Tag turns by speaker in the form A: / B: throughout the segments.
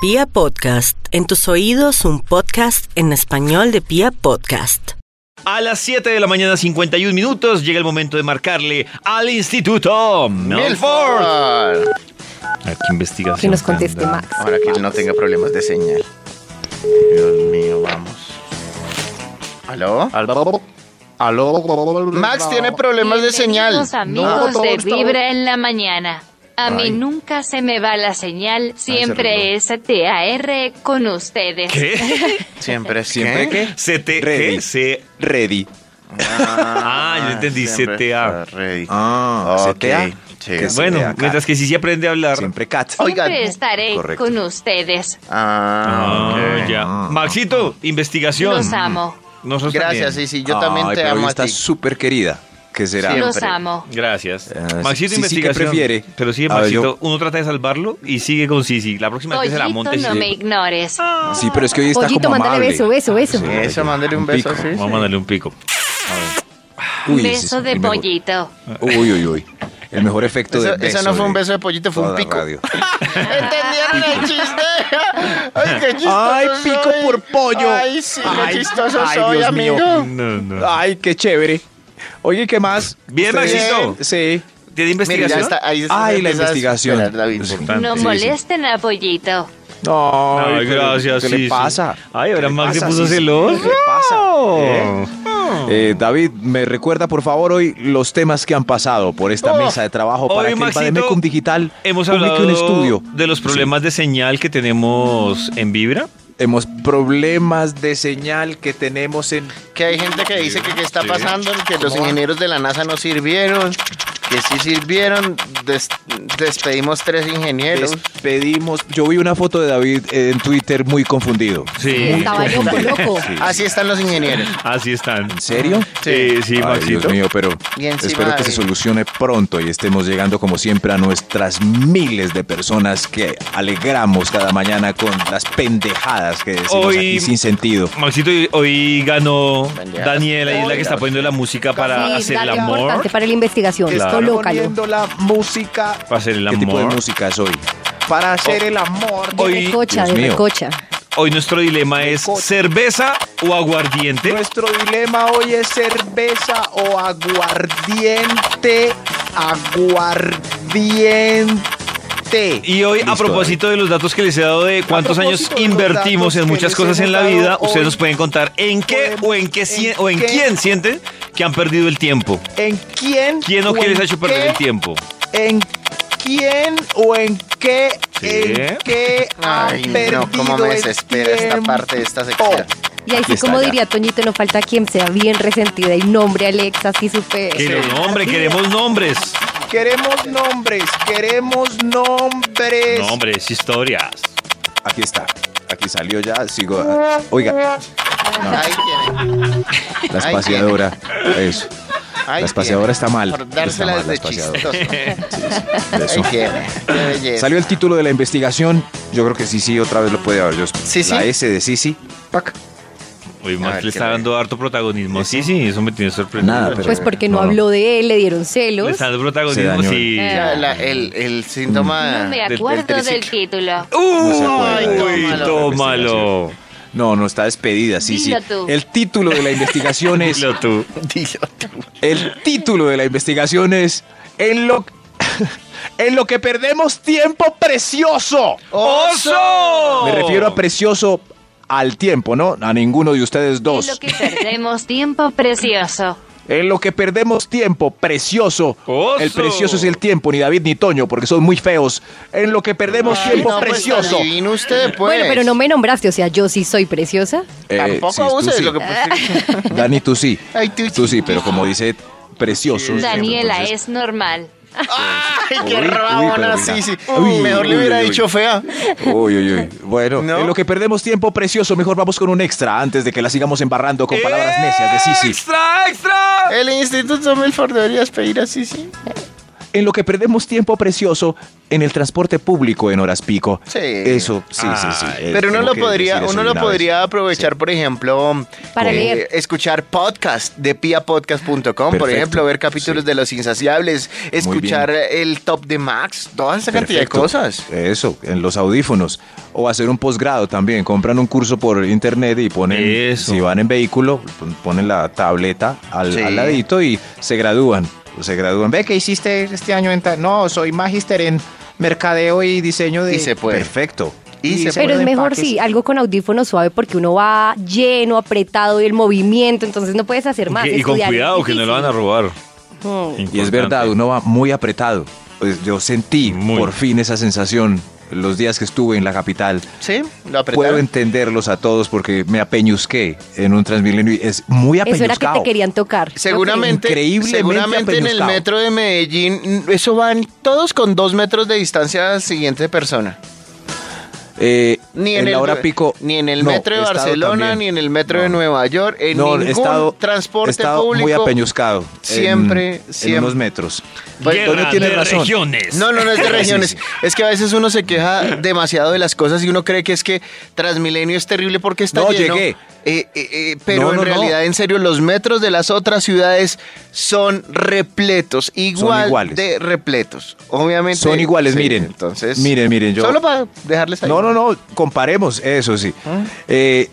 A: Pia Podcast, en tus oídos un podcast en español de Pia Podcast.
B: A las 7 de la mañana, 51 minutos, llega el momento de marcarle al Instituto Milford.
C: Milford.
B: Aquí investigación.
D: Que nos conteste Max.
C: Ahora que él no tenga problemas de señal. Dios mío, vamos. ¿Aló?
E: Aló. Aló.
C: Max tiene problemas de señal.
F: Bienvenidos, amigos
E: No,
F: de
E: está bueno.
F: Vibra en la mañana. A mí nunca se me va la señal, siempre es TAR con ustedes.
B: ¿Qué?
C: Siempre es
E: ¿Siempre
C: que-
E: qué?
B: CT.
E: Ready.
B: ¿qué? C-
E: Ready.
C: Ah,
B: Ah, yo entendí,
C: siempre
B: CTA.
C: está ready.
E: Ah,
C: Ok,
E: CTA.
C: sí.
E: ¿Qué es
B: Bueno,
E: CTA?
B: mientras que sí se aprende a hablar.
E: Siempre cat.
F: Siempre
C: Oigan.
F: estaré
E: Correcto.
F: con ustedes.
C: Ah,
B: Ah,
C: ok.
B: ya. Maxito,
E: ah.
B: investigación.
F: Los amo.
B: Nosotros
C: Gracias,
B: también.
C: sí, sí, yo también
E: Ay,
C: te
E: pero hoy
C: amo a
E: está
C: ti.
E: súper querida. ¿Qué será?
C: Siempre.
F: Los amo.
B: Gracias.
E: Ah,
B: Maxito,
E: sí, sí,
B: investigación.
E: ¿qué prefiere?
B: Pero sigue,
E: A ver,
B: Maxito.
E: yo-
B: Uno trata de salvarlo y sigue con Sisi. La próxima vez que se la monte.
F: Pollito, no
B: sí.
F: me ignores.
E: Sí, pero es que hoy está
D: Pollito,
E: como
D: mándale
E: amable.
D: beso, beso, beso.
C: Eso, mándale un beso,
E: pico.
C: sí,
B: Vamos a
C: sí.
B: mandarle un pico.
E: Uy, ese es
F: Beso
E: el
F: de
E: mejor.
F: pollito.
E: Uy, uy, uy. El mejor efecto de
C: Eso,
E: beso.
C: eso no fue un
E: de
C: beso de pollito, fue un
E: toda
C: pico.
E: radio.
C: ¿Entendieron el chiste? Ay, qué chistoso
E: Ay, pico
C: soy.
E: por pollo.
C: Ay, sí,
E: Ay,
C: qué chistoso
E: ay,
C: soy,
E: Dios mío. Ah,
C: amigo.
B: No, no.
E: Ay, qué chévere. Oye, ¿qué más?
B: Bien,
E: ¿Ustedes-
B: Maxito.
E: Sí.
B: ¿Tiene
C: Mira,
B: investigación?
C: ya está, ahí está.
E: Ay, la
C: empieza a
E: investigación.
C: esperar la info.
B: Importante.
F: No
E: Sí, sí.
F: molesten a pollito.
E: No,
B: Ay, gracias.
E: ¿Qué
B: sí,
E: le
B: sí.
E: pasa?
B: Ay, ahora
E: ¿Qué le
B: Max se
E: pasa?
B: puso
E: Sí, sí.
B: celoso.
E: ¿Qué le
B: Oh.
E: pasa? Eh, David, me recuerda por favor hoy los temas que han pasado por esta
C: Oh.
E: mesa de trabajo para
B: Hoy,
E: que
B: Maxito,
E: el Bademecum Digital
B: Hemos
E: publique
B: hablado
E: un estudio.
B: de los problemas de señal que tenemos en Vibra.
E: Sí. Hemos problemas de señal que tenemos en
C: Que hay gente que dice que qué está pasando, que los ingenieros de la NASA no sirvieron, que sí sirvieron, des- despedimos tres ingenieros.
E: despedimos. Yo vi una foto de David eh, en Twitter muy confundido.
B: Sí, Ah,
D: Estaba loco, loco.
C: Así están los ingenieros.
B: así están.
E: ¿En serio?
B: Sí, sí,
E: Ay,
B: Maxito.
E: Dios mío, pero
C: Y encima
E: espero que
C: de-
E: se solucione pronto y estemos llegando como siempre a nuestras miles de personas que alegramos cada mañana con las pendejadas que decimos
B: Hoy-
E: aquí sin sentido.
B: Maxito, hoy- hoy ganó
C: Daniela.
B: Daniela y es la que está poniendo la música para
D: Sí,
B: Ah, hacer el
D: dale,
B: amor.
D: importante para la investigación.
B: Claro.
D: Esto lócalo.
E: Poniendo la música.
B: Para hacer el
E: ¿Qué tipo de
B: amor. Oh.
E: música es hoy? Para hacer el amor.
D: De
B: Hoy-
D: recocha,
E: Dios
D: de
E: mío.
D: recocha.
B: Hoy nuestro dilema es
E: coche.
B: cerveza o aguardiente.
E: Nuestro dilema hoy es cerveza o aguardiente. Aguardiente.
B: Y hoy, a
E: Listo,
B: propósito de los datos que les he dado de cuántos años
E: propósito de los
B: invertimos
E: datos
B: en
E: que
B: muchas
E: les
B: cosas en
E: hemos
B: la
E: dado
B: vida,
E: hoy,
B: ustedes nos pueden contar en qué
E: podemos-
B: o en qué sien-
E: en
B: o en
E: qué-
B: quién sienten que han perdido el tiempo.
E: ¿En quién?
B: ¿Quién o
E: en
B: quién les ha hecho perder
E: qué?
B: el tiempo?
E: ¿En quién o en qué?
B: Sí.
E: ¿En qué ha
C: Ay, no,
E: Ah, perdido
C: cómo me
E: el
C: desespera esta
E: tiempo? Oh.
C: parte de esta sección.
D: Y ahí
E: Aquí
D: sí,
E: está,
D: como
E: ya.
D: diría Toñito, no falta quien sea bien resentida y nombre Alexa, así súper.
B: Que los nombres, queremos nombres.
E: Queremos nombres, queremos nombres.
B: Nombres, historias.
E: Aquí está. Aquí salió ya, sigo. ah, Oiga,
C: Ahí tiene.
E: la
C: Ay,
E: espaciadora. Eso.
C: Ahí
E: La espaciadora está mal.
C: Por
E: Está
C: dársela
E: mal la
C: desde
E: espaciadora.
C: chistoso.
E: Eso.
C: Ahí tiene. Qué belleza.
E: Salió el título de la investigación. Yo creo que Sisi otra vez lo puede haber. Yo-
C: Sisi.
E: La S de Sisi. Pac.
B: Hoy
C: A
B: Max
C: ver,
B: le
C: qué
B: está
C: raro.
B: dando harto protagonismo. Sí, sí, eso me tiene sorprendido.
E: Nada, pero-
D: Pues porque no,
E: No, no.
D: habló de él, le dieron
B: Le
D: celos.
B: está dando
E: Se
B: protagonismo,
E: dañó.
B: sí.
C: Ya, la- el, el
E: Mm.
C: síntoma.
F: No me
B: del- del
F: acuerdo del,
C: triciclo.
F: título.
E: No se acuerda de
B: Uy,
E: la
B: tómalo.
E: No, no está despedida, Sisi.
F: Dilo tú.
E: El título de la investigación es.
B: Dilo tú.
C: Dilo tú.
E: El título de la investigación es En lo, en lo que perdemos tiempo precioso.
B: ¡Oso!
E: Me refiero a precioso al tiempo, ¿no? A ninguno de ustedes
F: Es lo
E: dos.
F: que perdemos tiempo precioso.
E: En lo que perdemos tiempo precioso.
B: Oso.
E: El precioso es el tiempo, ni David ni Toño, porque son muy feos. En lo que perdemos
C: Ay,
E: tiempo
C: no, pues,
E: precioso.
C: tan divino usted, pues.
D: Bueno, pero no me nombraste, o sea, yo sí soy preciosa.
E: Eh,
C: Tampoco
E: sí, tú
C: abuse de
E: sí.
C: lo que pusiste.
E: Dani, tú sí.
C: Ay, tú
E: Tú sí,
C: sí.
E: pero como dice precioso.
F: Daniela
E: entonces-
F: es normal.
C: Ay, qué
E: Uy, uy,
C: rabona,
E: pero
C: sí,
E: mira.
C: sí.
E: Uy,
C: Mejor le
E: uy,
C: hubiera
E: uy, uy.
C: dicho fea.
E: Uy, uy, uy. Bueno,
C: ¿No?
E: en lo que perdemos tiempo precioso, mejor vamos con un extra antes de que la sigamos embarrando con palabras necias de Sisi.
B: ¡Extra, extra!
C: El Instituto Milford deberías pedir así, sí.
E: en lo que perdemos tiempo precioso en el transporte público en horas pico.
C: Sí. Ah,
E: Eso, sí, sí, sí.
B: Ay,
E: eh,
C: Pero uno
E: tengo
C: lo
E: que
C: podría,
E: decir eso
C: uno
E: de
C: lo
E: una vez.
C: podría aprovechar, por ejemplo, eh,
D: Para leer.
C: escuchar podcast de piapodcast.com, por
E: Perfecto,
C: ejemplo, ver capítulos
E: sí.
C: de Los Insaciables, escuchar el top de Max, toda esa cantidad de
E: Perfecto.
C: cosas.
E: Eso, en los audífonos. O hacer un posgrado también. Compran un curso por internet y ponen,
B: Eso.
E: si van en vehículo, pon- ponen la tableta al,
C: Sí.
E: al ladito y se gradúan. Se gradúan. Ve que hiciste este año en tal. No, soy magíster en mercadeo y diseño de.
C: Y se puede.
E: Perfecto.
C: Y se
D: Pero es
E: puede.
D: mejor
E: Empaques.
D: sí, algo con audífono suave porque uno va lleno, apretado y el movimiento, entonces no puedes hacer más.
B: Y- y con
D: estudiar es
B: cuidado que no lo van a robar.
D: difícil. Mm.
E: Y es
B: Importante.
E: verdad, uno va muy apretado. Pues yo sentí
B: Muy.
E: por fin esa sensación los días que estuve en la capital.
C: Sí, lo
E: Puedo
C: apretaron.
E: entenderlos a todos porque me apeñusqué en un Transmilenio y es muy
D: Eso era que
E: apeñuscado.
D: te querían tocar.
C: Seguramente,
E: Increíblemente
C: seguramente en el
E: apeñuscado.
C: metro de Medellín, mm, eso van todos con dos metros de distancia a la siguiente persona.
E: Eh,
C: Ni en,
E: la
C: el,
E: hora pico.
C: ni en el
E: no,
C: metro de
E: he estado
C: Barcelona,
E: también.
C: ni en el metro de
E: No.
C: Nueva York, en
E: No,
C: ningún
E: he estado,
C: transporte
E: he estado
C: público.
E: muy apeñuscado. en-
C: Siempre,
E: En
C: siempre.
E: unos metros.
C: Pues,
B: Guerra
E: Antonio tiene
B: de
E: razón.
B: regiones.
C: No, no, no es de
E: Sí,
C: regiones.
E: sí.
C: Es que a veces uno se queja demasiado de las cosas y uno cree que es que Transmilenio es terrible porque está
E: No,
C: lleno.
E: llegué.
C: Eh, eh, eh, pero
E: No, no,
C: en
E: no.
C: realidad, en serio, los metros de las otras ciudades son repletos, igual
E: iguales.
C: de repletos. Obviamente.
E: Son iguales,
C: sí,
E: miren.
C: Entonces.
E: Miren, miren, yo-
C: Solo para dejarles ahí.
E: No, no, no, comparemos, eso sí.
C: Ah.
E: Eh,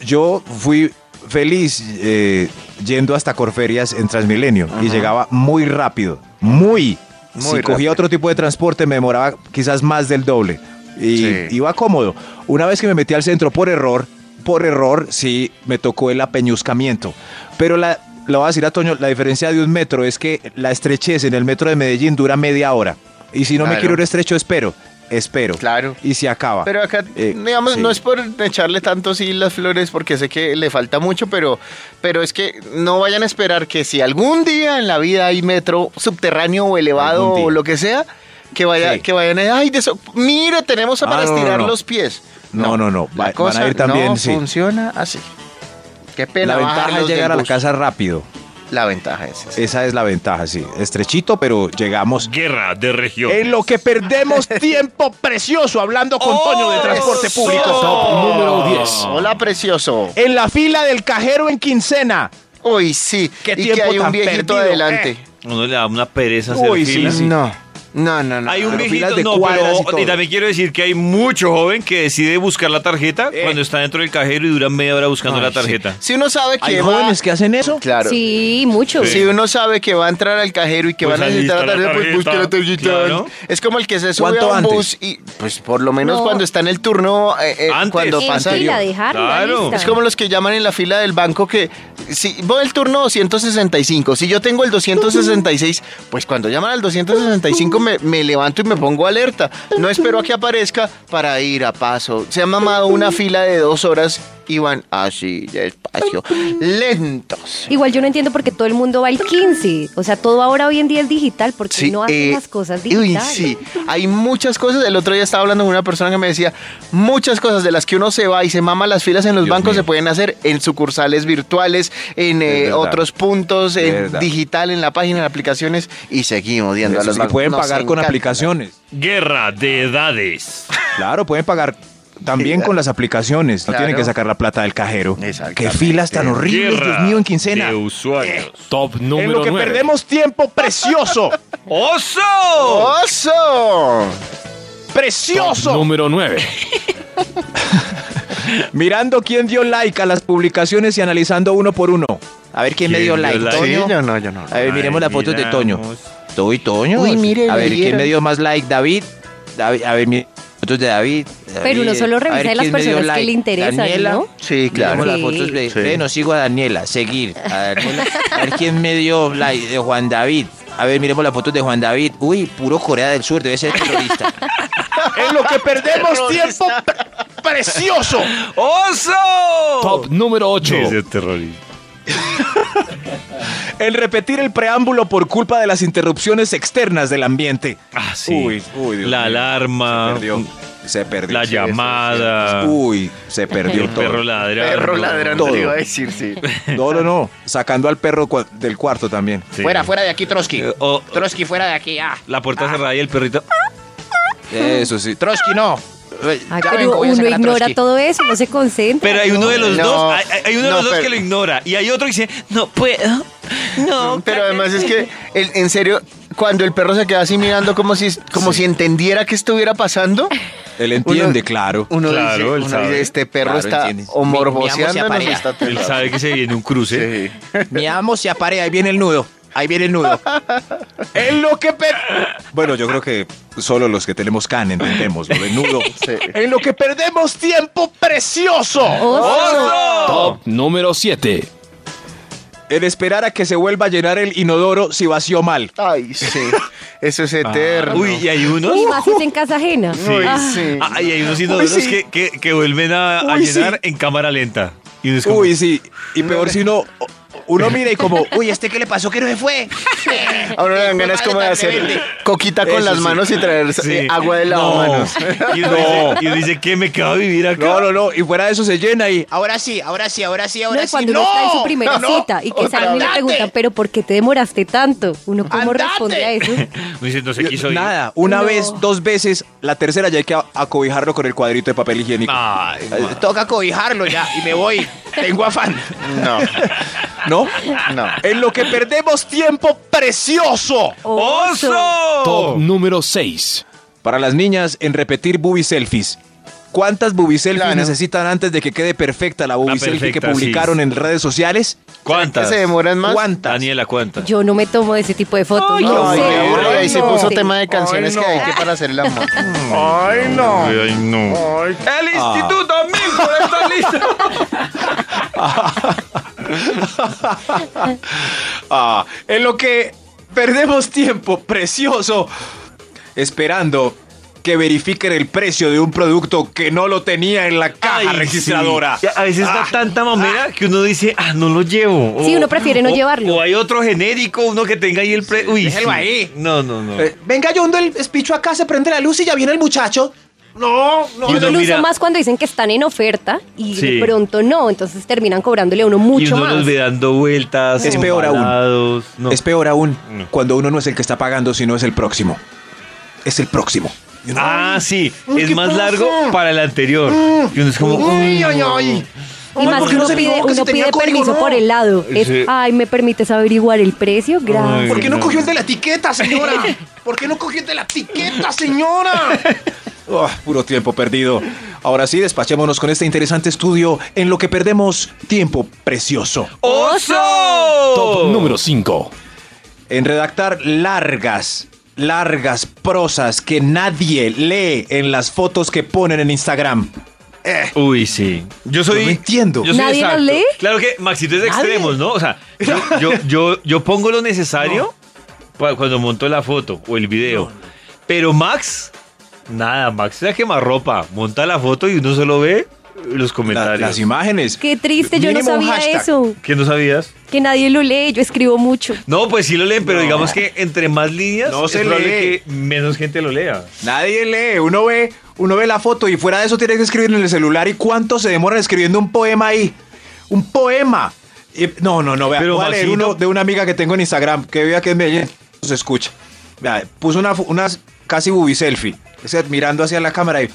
E: yo fui feliz eh, yendo hasta Corferias en Transmilenio y llegaba muy rápido, muy.
C: Muy
E: si cogía
C: rápido.
E: otro tipo de transporte me demoraba quizás más del doble y
C: Sí.
E: iba cómodo. Una vez que me metí al centro por error, por error sí me tocó el apeñuscamiento, pero la... Lo voy a decir a Toño, la diferencia de un metro es que la estrechez en el metro de Medellín dura media hora. Y si no me
C: Claro.
E: quiero ir estrecho, espero, espero.
C: Claro.
E: Y se acaba.
C: Pero acá,
E: Eh,
C: digamos,
E: sí.
C: no es por echarle tanto así las flores, porque sé que le falta mucho, pero, pero es que no vayan a esperar que si algún día en la vida hay metro subterráneo o elevado
E: Algún día.
C: o lo que sea, que, vaya,
E: Sí.
C: que vayan a ay, de so- mire, tenemos
E: Ah,
C: para
E: no, no,
C: estirar
E: no.
C: los pies.
E: No, no, no, va-
C: La
E: van a
C: cosa
E: ir también,
C: no
E: sí.
C: funciona así. Qué pena.
E: la ventaja
C: bajarlos
E: es
C: del
E: llegar a la
C: bus.
E: casa Eh, rápido.
C: La ventaja es esa.
E: Esa es la ventaja, sí. Estrechito, pero llegamos.
B: Guerra de regiones.
E: En lo que perdemos tiempo precioso hablando con
C: Oh,
E: Toño de transporte público.
B: Top número 10.
C: Hola, precioso.
E: En la fila del cajero en quincena.
C: Uy, sí.
E: Qué
C: y que
E: tiempo
C: hay un
E: tan
C: viejito
E: perdido,
C: adelante.
E: eh.
B: Uno le da una pereza hacer
E: Uy, sí,
B: fila.
E: sí.
C: No. No, no, no.
B: Hay un
E: Pero
B: viejito,
E: filas de
B: no,
E: cuadras y
B: pero
E: todo.
B: y, también quiero decir que hay mucho joven que decide buscar la tarjeta
E: Eh.
B: cuando está dentro del cajero y dura media hora buscando la tarjeta.
C: Si uno sabe que
E: Hay
C: va-
E: jóvenes que hacen eso.
C: Claro.
D: Sí, mucho.
C: Si uno sabe que va a entrar al cajero y que
B: Pues
C: va a
B: ahí
C: necesitar
B: está
C: la
B: la
C: tarjeta, pues busque la
B: tarjeta.
C: tarjeta.
B: Claro.
C: Es como el que se sube a
E: ¿Cuánto
C: un
E: antes?
C: bus y, pues, por lo menos
D: No.
C: cuando está en el turno, eh, eh,
B: Antes.
C: cuando
B: En
C: pasa.
D: en fila, dejarla,
B: Claro.
D: lista.
C: Es como los que llaman en la fila del banco que si voy al turno 265, si yo tengo el 266, pues cuando llaman al 265 me, me levanto y me pongo alerta. No espero a que aparezca para ir a paso. Se ha mamado una fila de dos horas y van así, despacio, lentos.
D: Igual yo no entiendo por qué todo el mundo va al 15. O sea, todo ahora hoy en día es digital porque no hacen
C: eh,
D: las cosas
C: uy,
D: digitales.
C: sí, hay muchas cosas. El otro día estaba hablando con una persona que me decía, muchas cosas de las que uno se va y se mama las filas en los
E: Dios
C: bancos
E: mío.
C: se pueden hacer en sucursales virtuales, en
E: Es
C: eh,
E: verdad.
C: otros puntos,
E: Es
C: en
E: verdad.
C: digital, en la página, en aplicaciones y seguimos yendo a
E: Eso
C: los
E: sí,
C: bancos.
E: pueden
C: Nos
E: pagar con
C: encanta.
E: aplicaciones.
B: Guerra de edades.
E: Claro, pueden pagar también con las aplicaciones. No tienen
C: Claro.
E: que sacar la plata del cajero.
C: Exactamente.
E: Qué filas tan horribles,
B: Guerra
E: Dios mío, en quincena. Eh,
B: de usuarios.
G: Top
E: En
G: número
E: lo que
G: 9.
E: perdemos tiempo precioso.
B: ¡Oso!
C: ¡Oso!
E: Precioso.
G: Número 9.
E: Mirando quién dio like a las publicaciones y analizando uno por uno. A ver quién, me dio like.
B: like?
C: Sí,
E: Toño.
C: yo no, yo no.
E: A ver, miremos
B: Ay,
E: las fotos de Toño.
B: miramos.
E: Toy Toño.
C: Uy, mire,
E: a
C: le
E: ver, ¿quién
C: dieron.
E: me dio más like? David. David, a ver, mi- fotos de David.
D: Pero uno solo revisa de las personas que le interesan,
E: interesa,
D: ¿no?
C: Sí, claro.
E: Miremos las
D: Sí.
E: fotos de-
C: Sí.
E: Ve, no sigo a Daniela, seguir. A, Daniela. A ver quién me dio like de Juan David. A ver, miremos las fotos de Juan David. Uy, puro Corea del Sur, debe ser terrorista. en lo que perdemos tiempo precioso.
B: ¡Oso!
G: Top número 8.
B: terrorista.
E: En repetir el preámbulo por culpa de las interrupciones externas del ambiente.
B: Ah, sí.
E: Uy, uy, Dios
B: la
E: mío.
B: alarma.
E: Se perdió. Se perdió.
B: La
E: Sí, eso es
B: llamada.
E: cierto. Uy, se perdió
B: El
E: todo.
B: perro ladrando.
C: Perro eh. ladrando
E: todo.
C: le iba a decir, sí.
E: No, no, no. Sacando al perro cua- del cuarto también.
B: Sí.
G: Fuera, fuera de aquí, Trotsky.
B: Eh, o-
G: Trotsky, fuera de aquí. Ah.
B: La puerta cerrada y el perrito.
E: Eso sí.
G: Trotsky, no. Eh,
D: Ay,
G: ya
D: Ah, pero
G: vengo, voy a
D: uno
G: sacar a
D: ignora
G: Trotsky.
D: todo eso, no se concentra.
B: Pero hay uno de los
C: No,
B: dos, hay, hay uno de
C: no,
B: los dos
C: pero-
B: que lo ignora. Y hay otro que dice, no puedo. No.
C: Mm, Pero además es que, el- en serio, cuando el perro se queda así mirando como si, como si entendiera que estuviera pasando,
E: Él entiende,
C: Uno-
E: claro.
C: uno,
B: Claro,
C: dice,
B: él
C: uno
B: sabe.
C: dice, este perro
E: Claro,
C: está
E: entiende.
C: o
G: Mi- mi amo se
C: morboseándonos o
G: aparea.
C: está
B: Él sabe que se viene un cruce.
C: Sí.
E: Mi amo se aparea, ahí viene el nudo. Ahí viene el nudo. Es lo que per- Bueno, yo creo que solo los que tenemos can entendemos lo del nudo.
C: Sí.
E: En lo que perdemos tiempo precioso.
H: Top número 7.
E: El esperar a que se vuelva a llenar el inodoro si vació mal.
C: Ay, sí. Eso es eterno.
B: Uy, y hay unos.
D: Y más si es en casa ajena.
C: Uy,
D: Ah,
C: sí.
B: Ah, y hay unos inodoros que, que, que vuelven a, a
E: Uy, sí.
B: llenar en cámara lenta. Y uno es como,
E: Uy, sí. Y peor si no, uno mira y como, uy,
G: Uy, ¿este qué le pasó? ¿Qué no se fue?
C: Ahora me dan
G: Fue
C: ganas
G: madre
C: como de
G: tan
C: hacer
G: rebelde.
C: coquita con
E: Eso
C: las
E: sí.
C: manos y traer
B: Sí.
C: eh, agua de lavamanos.
B: Y uno,
E: No.
B: dice, y uno dice, ¿qué me queda vivir acá?
E: no, no, no. Y fuera de eso se llena y, ah,
G: Ahora sí, ahora sí, ahora sí,
D: No,
G: ahora
D: y
G: sí.
D: cuando uno está en su primera
G: no,
D: cita y que salen y le
G: andate.
D: preguntan, pero ¿por qué te demoraste tanto? ¿Uno cómo
G: Andate.
D: responde a eso?
B: Uno dice, no se quiso ir.
E: Nada, una
D: No.
E: vez, dos veces, la tercera ya hay que a- acobijarlo con el cuadrito de papel higiénico. Eh,
B: Ay, ma.
G: Toca cobijarlo ya y me voy. Tengo afán.
C: No,
E: ¿No?
C: no.
E: En lo que perdemos tiempo precioso.
H: Top
B: ¡Oso!
H: número 6.
E: Para las niñas, en repetir booby selfies. ¿Cuántas booby selfies
C: Claro.
E: necesitan antes de que quede perfecta la booby
B: La
E: selfie que
B: perfecta, sí.
E: publicaron en redes sociales?
C: ¿Que
B: ¿Cuántas?
C: se demoran más?
E: ¿Cuántas?
B: Daniela, ¿cuántas?
D: Yo no me tomo ese tipo de fotos.
C: Ay,
D: no sé.
C: qué aburrido. Ahí se
D: no.
C: puso
D: Sí.
C: tema de canciones que hay que para hacer el amor.
B: Ay, no. ¡El Instituto Milford está listo!
E: Ah, en lo que perdemos tiempo precioso esperando que verifiquen el precio de un producto que no lo tenía en la caja
B: Ay,
E: registradora.
B: sí. A veces da
E: Ah,
B: tanta mamera que uno dice, ah, no lo llevo.
D: Sí, uno prefiere no
B: o-
D: llevarlo.
B: O hay otro genérico, uno que tenga ahí el pre... Uy,
G: déjelo
B: sí.
G: ahí.
B: No, no, no.
E: eh,
G: Venga, yo hundo el espicho acá, se prende la luz y ya viene el muchacho. No, no.
B: Y
D: Yo
B: uno
D: lo
B: mira-
D: uso más cuando dicen que están en oferta y
B: Sí.
D: de pronto no, entonces terminan cobrándole a uno
B: y
D: mucho
B: uno
D: más.
B: los ve dando vueltas.
E: Es peor aún.
B: embalados. No.
E: Es peor aún
B: No.
E: cuando uno no es el que está pagando, sino es el próximo. Es el próximo. Y uno,
B: Ah, sí.
G: Ay,
B: Es
G: ¿qué
B: más
G: pasa?
B: largo para el anterior. Y uno es como...
G: Ay, ay, ay.
I: Mm.
D: Y más
G: ¿por
D: que
G: qué
D: uno
G: no se
D: pide,
G: fijó que
D: uno
G: si tenía
D: pide
G: código?
D: permiso
G: No.
D: por el lado. Es,
B: Sí.
D: ay, ¿me permites averiguar el precio? Gracias.
G: ¿Por qué
B: Ay,
G: no
B: no.
G: cogió el de la etiqueta, señora? ¿Por qué no cogió el de la etiqueta, señora?
E: "Ah, puro tiempo perdido. Ahora sí, despachémonos con este interesante estudio en lo que perdemos tiempo precioso.
B: ¡Oso!
H: Top número 5.
E: en redactar largas, largas prosas que nadie lee en las fotos que ponen en Instagram.
B: Uy, sí. Yo soy.
E: No lo entiendo.
B: yo soy
D: ¿Nadie
B: exacto.
D: las lee?
B: Claro que Maxito es de
D: Nadie.
B: extremos, ¿no? O sea, yo, yo, yo, yo pongo lo necesario pa- cuando monto la foto o el video. Pero Max, nada, Max es la ropa. Monta la foto y uno solo ve los
E: La-
B: comentarios.
E: las imágenes.
D: Qué triste, yo no
E: Mínimo un
D: sabía
E: hashtag.
D: eso.
B: ¿Qué no sabías?
D: Que nadie lo lee, yo escribo mucho.
B: No, pues sí lo leen, pero digamos que entre más líneas,
E: No
B: es
E: se
B: probable
E: lee.
B: que menos gente lo lea.
E: Nadie lee. Uno ve, uno ve la foto y fuera de eso tiene que escribir en el celular. ¿Y cuánto se demora escribiendo un poema ahí? Un poema. Y- no, no, no. Vea,
B: Pero,
E: voy a leer
B: Maxito-
E: uno de una amiga que tengo en Instagram que vive aquí en Medellín. Se escucha. Vea, puso una, fu- unas casi bubi selfie. o sea, mirando hacia la cámara y.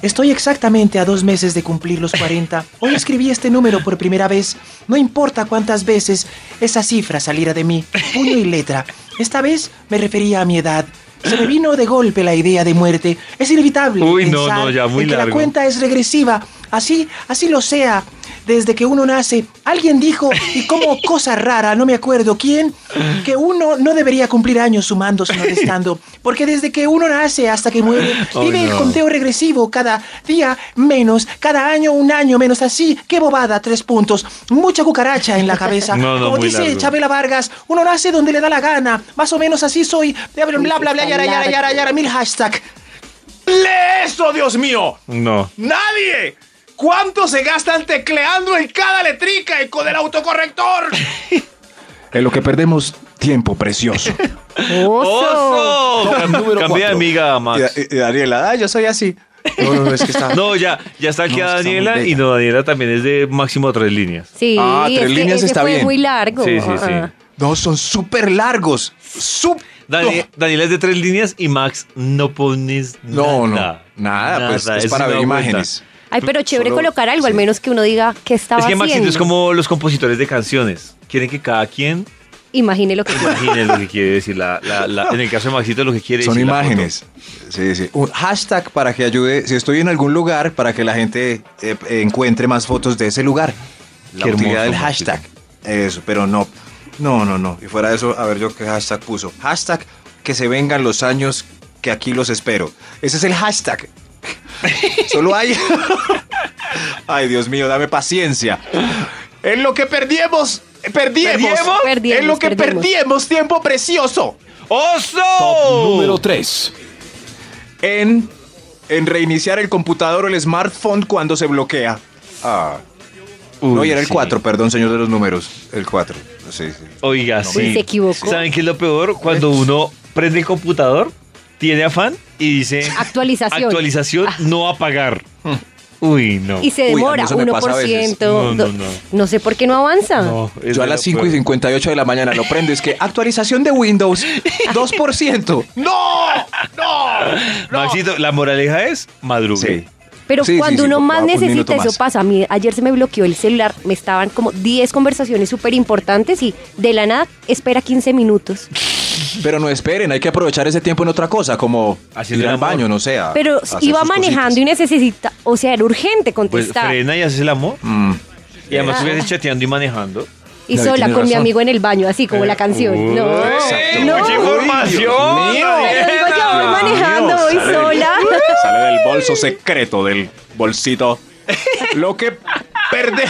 I: Estoy exactamente a dos meses de cumplir los 40. Hoy escribí este número por primera vez. No importa cuántas veces esa cifra saliera de mí, puño y letra. Esta vez me refería a mi edad. Se me vino de golpe la idea de muerte. Es inevitable
B: Uy, no,
I: pensar
B: no, ya muy
I: en que
B: largo.
I: la cuenta es regresiva. Así, así lo sea. Desde que uno nace, alguien dijo, y como cosa rara, no me acuerdo quién, que uno no debería cumplir años sumando sino restando, porque desde que uno nace hasta que muere, vive el conteo regresivo cada día menos, cada año un año menos, así, qué bobada, tres puntos, mucha cucaracha en la cabeza.
B: No, no,
I: como
B: muy
I: dice
B: largo.
I: Chabela Vargas, uno nace donde le da la gana, más o menos así soy, bla, bla, bla, bla, bla, yara, yara, yara, yara, mil hashtag.
E: ¡Lee eso, Dios mío!
B: No.
E: ¡Nadie! ¿Cuánto se gastan tecleando en cada letrica y con el autocorrector? en "Eh, lo que perdemos tiempo precioso.
D: ¡Oso!
B: ¡Oso! Cam- Cambia
E: número
B: de
E: cuatro.
B: amiga, Max.
E: eh, Y- y- y Daniela, ah, yo soy así.
G: No, no, no, es que está.
B: No, ya, ya está aquí
E: No,
B: a
E: está muy
B: Daniela y
E: bella.
B: no, Daniela también es de máximo tres líneas.
D: Sí,
E: Ah,
D: es
E: tres
D: que
E: líneas
D: ese
E: está
D: fue
E: bien.
D: muy largo.
B: Sí, sí, sí.
D: Ah,
G: No, son súper largos. Sup-
B: Dani- Daniela es de tres líneas y Max no pones
E: No, no.
B: nada.
E: Nada, pues, es
B: eso
E: para
B: me
E: ver
B: da cuenta.
E: imágenes.
D: ah. Ay, pero chévere
E: Solo-
D: colocar algo, al menos que uno diga qué estaba
B: Es que
D: haciendo.
B: Maxito es como los compositores de canciones. Quieren que cada quien
D: Imagine lo que quiera.
B: imagine lo que quiere decir. La, la- la- en el caso de Maxito, lo que quiere
E: Son
B: decir. la
E: imágenes. Sí, sí. Un hashtag para que ayude. Si estoy en algún lugar, para que la gente eh, encuentre más fotos de ese lugar. La
B: Qué
E: utilidad
B: hermoso,
E: del
B: Maxito.
E: hashtag. Eso, pero no. No, no, no. Y fuera de eso, a ver yo qué hashtag puso. Hashtag que se vengan los años que aquí los espero. Ese es el hashtag. Solo hay. Ay, Dios mío, dame paciencia.
G: En lo que perdimos. Perdimos.
B: ¿Perdimos?
D: Perdimos,
G: en lo que
D: perdimos.
G: perdimos. tiempo precioso.
B: foto. ¡Oso!
H: Top número 3.
E: en, en reiniciar el computador o el smartphone cuando se bloquea. Ah. no, y era el
B: sí.
E: 4, perdón, señor de los números. El 4. Sí, sí.
B: Oiga, sí.
D: Uy, se equivocó.
B: ¿Saben qué es lo peor? Cuando uno prende el computador, tiene afán y dice.
D: Actualización. Ah.
B: Actualización no apagar. Uy, no.
D: Y se
E: Uy, a mí
D: demora,
E: eso me pasa a
D: 1%.
E: veces.
B: No, no,
D: do-
B: no.
D: no sé por qué no avanza.
B: No, es
E: Yo a
B: de
E: las
B: lo
E: 5 y
B: peor.
E: 58 de la mañana lo prendo. Es que actualización de Windows, 2%.
G: ¡No! ¡No!
B: Maxito, la moraleja es madrugue.
E: Sí.
D: Pero
E: Sí, sí,
D: cuando
E: sí,
D: uno
E: por
D: más
E: favor, un
D: necesita,
E: minuto
D: eso
E: más.
D: pasa. A mí ayer se me bloqueó el celular, me estaban como 10 conversaciones súper importantes y de la nada espera 15 minutos.
E: Pero no esperen, hay que aprovechar ese tiempo en otra cosa, como
B: Haciendo
E: ir
B: el
E: al
B: amor.
E: baño, no sé. a-
D: Pero
E: a Ah, hacer
D: iba
E: sus
D: manejando
E: cositas.
D: y necesita, o sea, era urgente
B: Pues
D: contestar.
B: frena y haces el amor.
E: Mm.
B: Y además
D: Ah.
B: estuvieras chateando y manejando.
D: y
E: David,
D: sola
E: tienes
D: con mi
E: razón.
D: amigo en el baño, así como la canción. no,
B: Uy,
D: no.
B: mucha información.
E: Dios mío.
D: Pero digo yo, voy
E: Dios
D: manejando,
E: mío,
D: voy
E: sale del-
D: sola.
E: Sale del bolso secreto del bolsito. Lo que
G: Perde-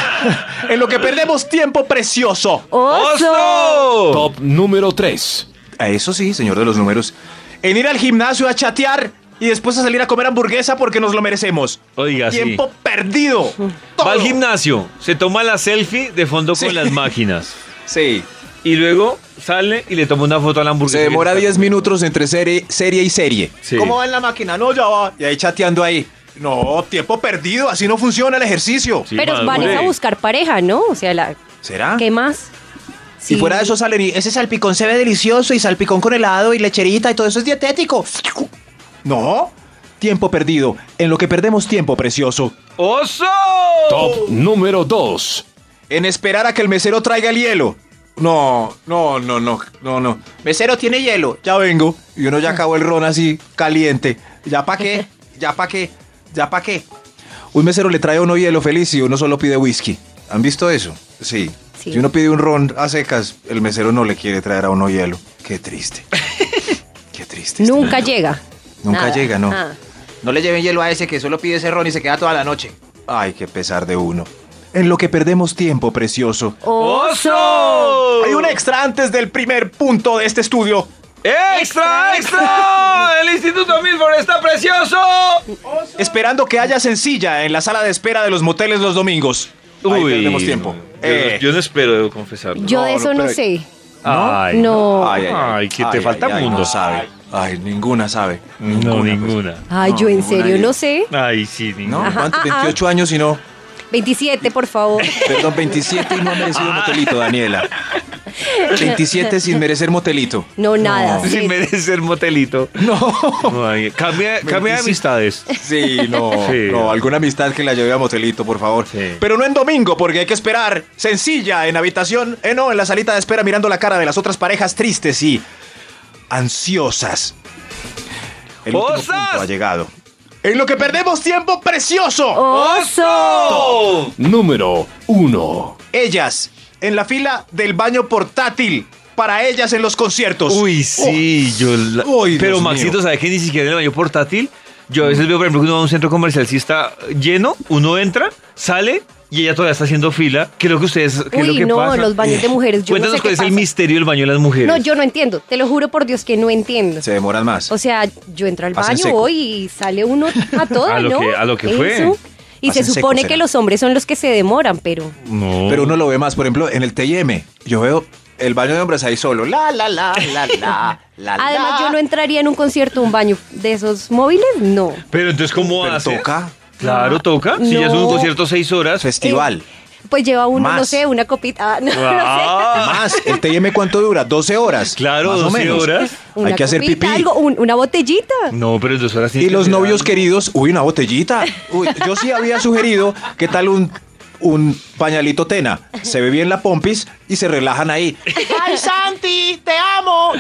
G: en lo que perdemos tiempo precioso.
D: ¡Oso!
B: ¡Oso!
H: Top número 3.
E: A eso sí, señor de los números.
G: En ir al gimnasio a chatear y después a salir a comer hamburguesa porque nos lo merecemos.
B: Oiga, sí.
G: Tiempo perdido.
B: Va al
G: Todo.
B: gimnasio, se toma la selfie de fondo con
E: Sí.
B: las máquinas.
E: Sí.
B: Y luego sale y le toma una foto a la hamburguesa.
E: Se demora 10 minutos entre serie, serie y serie.
B: Sí.
G: ¿Cómo va en la máquina? No, ya va.
E: Y ahí chateando ahí.
G: No, tiempo perdido. Así no funciona el ejercicio.
B: Sí,
D: Pero
B: madre,
D: van es a
B: güey.
D: buscar pareja, ¿no? O sea, la,
E: ¿Será?
D: ¿qué más?
I: Si
D: Sí.
I: fuera de eso salen y ese salpicón se ve delicioso y salpicón con helado y lecherita y todo eso es dietético.
E: No. Tiempo perdido. En lo que perdemos tiempo, precioso.
B: ¡Oso!
H: Top número 2.
E: En esperar a que el mesero traiga el hielo. No, no, no, no, no, no. Mesero tiene hielo. Ya vengo. Y uno ya acabó el ron así, caliente. ¿Ya pa' qué? ¿Ya pa' qué? ¿Ya pa' qué? Un mesero le trae a uno hielo feliz y uno solo pide whisky. ¿Han visto eso? Sí.
D: Sí.
E: Si uno pide un ron a secas, el mesero no le quiere traer a uno hielo. Qué triste. qué triste. este
D: Nunca
E: mundo.
D: llega.
E: Nunca
D: Nada, Ah.
E: llega, no.
D: nada.
E: No le lleven hielo a ese que solo pide ese ron y se queda toda la noche. Ay, qué pesar de uno. En lo que perdemos tiempo, precioso.
B: ¡Oso!
G: Hay un extra antes del primer punto de este estudio.
B: ¡Extra, extra! ¡El Instituto Milford está precioso!
G: Esperando que haya sencilla en la sala de espera de los moteles los domingos.
E: Ahí perdemos tiempo.
B: no, yo,
E: Eh.
B: yo no espero, debo confesarlo.
D: Yo
E: No,
D: de
E: no,
D: eso no,
E: pero-
D: sé.
B: Ay,
D: No. Ay,
E: Ay, ay, ay.
B: Ay, que te falta mundo.
E: No sabe. Ay, ninguna sabe.
B: No,
E: pues.
B: ninguna.
D: yo
E: No,
D: en
E: ninguna
D: serio
E: idea.
D: no sé.
B: Ay, sí,
E: No,
B: ninguna.
E: ¿cuánto? 28 años y no.
D: 27, por favor.
E: Perdón, 27 y no ha
G: Ah.
E: merecido motelito, Daniela. 27 sin merecer motelito.
D: No, nada.
B: Sin merecer motelito. No. Ay, cambia, cambia de
E: 25.
B: amistades.
E: Sí, no.
B: Sí.
E: No, alguna amistad que la lleve a motelito, por favor.
B: Sí.
G: Pero no en domingo, porque hay que esperar. Sencilla, en habitación, eh, no, en la salita de espera mirando la cara de las otras parejas tristes y ansiosas.
E: El último
B: ¡Osas!
E: punto ha llegado.
G: En lo que perdemos tiempo precioso.
D: Oh.
B: ¡Oso!
H: Número 1.
G: Ellas, en la fila del baño portátil, para ellas en los conciertos.
B: Uy, sí, yo. la-
G: Uy, Oh. Dios
B: pero
G: mío.
B: Maxito, ¿sabes que ni siquiera en el baño portátil? Yo a veces veo, por ejemplo, que uno va a un centro comercial si está lleno, uno entra, sale y ella todavía está haciendo fila. ¿Qué es lo que ustedes.? ¿Qué es lo
D: Uy,
B: que
D: no,
B: pasa?
D: los baños de mujeres. Yo
B: Cuéntanos
D: no sé
B: cuál
D: qué
B: es el
D: pasa.
B: misterio del baño de las mujeres.
D: No, yo no entiendo. Te lo juro por Dios que no entiendo.
E: Se demoran más.
D: O sea, yo entro al
E: Hacen
D: baño,
E: seco.
D: voy y sale uno a todo,
B: A lo
D: ¿no?
B: que- a lo que
D: Eso.
B: fue.
D: Y
E: Hacen
D: se
E: seco,
D: supone
E: será.
D: que los hombres son los que se demoran, pero
B: No.
E: Pero uno lo ve más, por ejemplo, en el TM. Yo veo el baño de hombres ahí solo. La, la, la, la, la, la,
D: Además, yo no entraría en un concierto, un baño de esos móviles, no.
B: Pero entonces, ¿cómo
E: Pero
B: hace?
E: toca.
B: Claro, toca. Si ya es un
D: No.
B: concierto seis horas.
E: Festival.
D: Pues lleva uno, no
E: Más.
D: sé, una copita. ah, no,
B: Ah,
E: Más, ¿el TM cuánto dura? 12 horas.
B: Claro,
E: más o
B: 12
E: menos.
B: horas.
D: no sé.
E: Hay
D: Una
E: que hacer
D: copita,
E: pipí.
D: algo, un- una botellita.
B: No, pero en dos horas
E: Y
B: tiene
E: los
B: que ser
E: novios
B: algo.
E: queridos, uy, una botellita. Uy, yo sí había sugerido, ¿qué tal un, un pañalito tena? Se ve bien la pompis y se relajan ahí.
J: ¡Ay, Santi! ¡Te amo!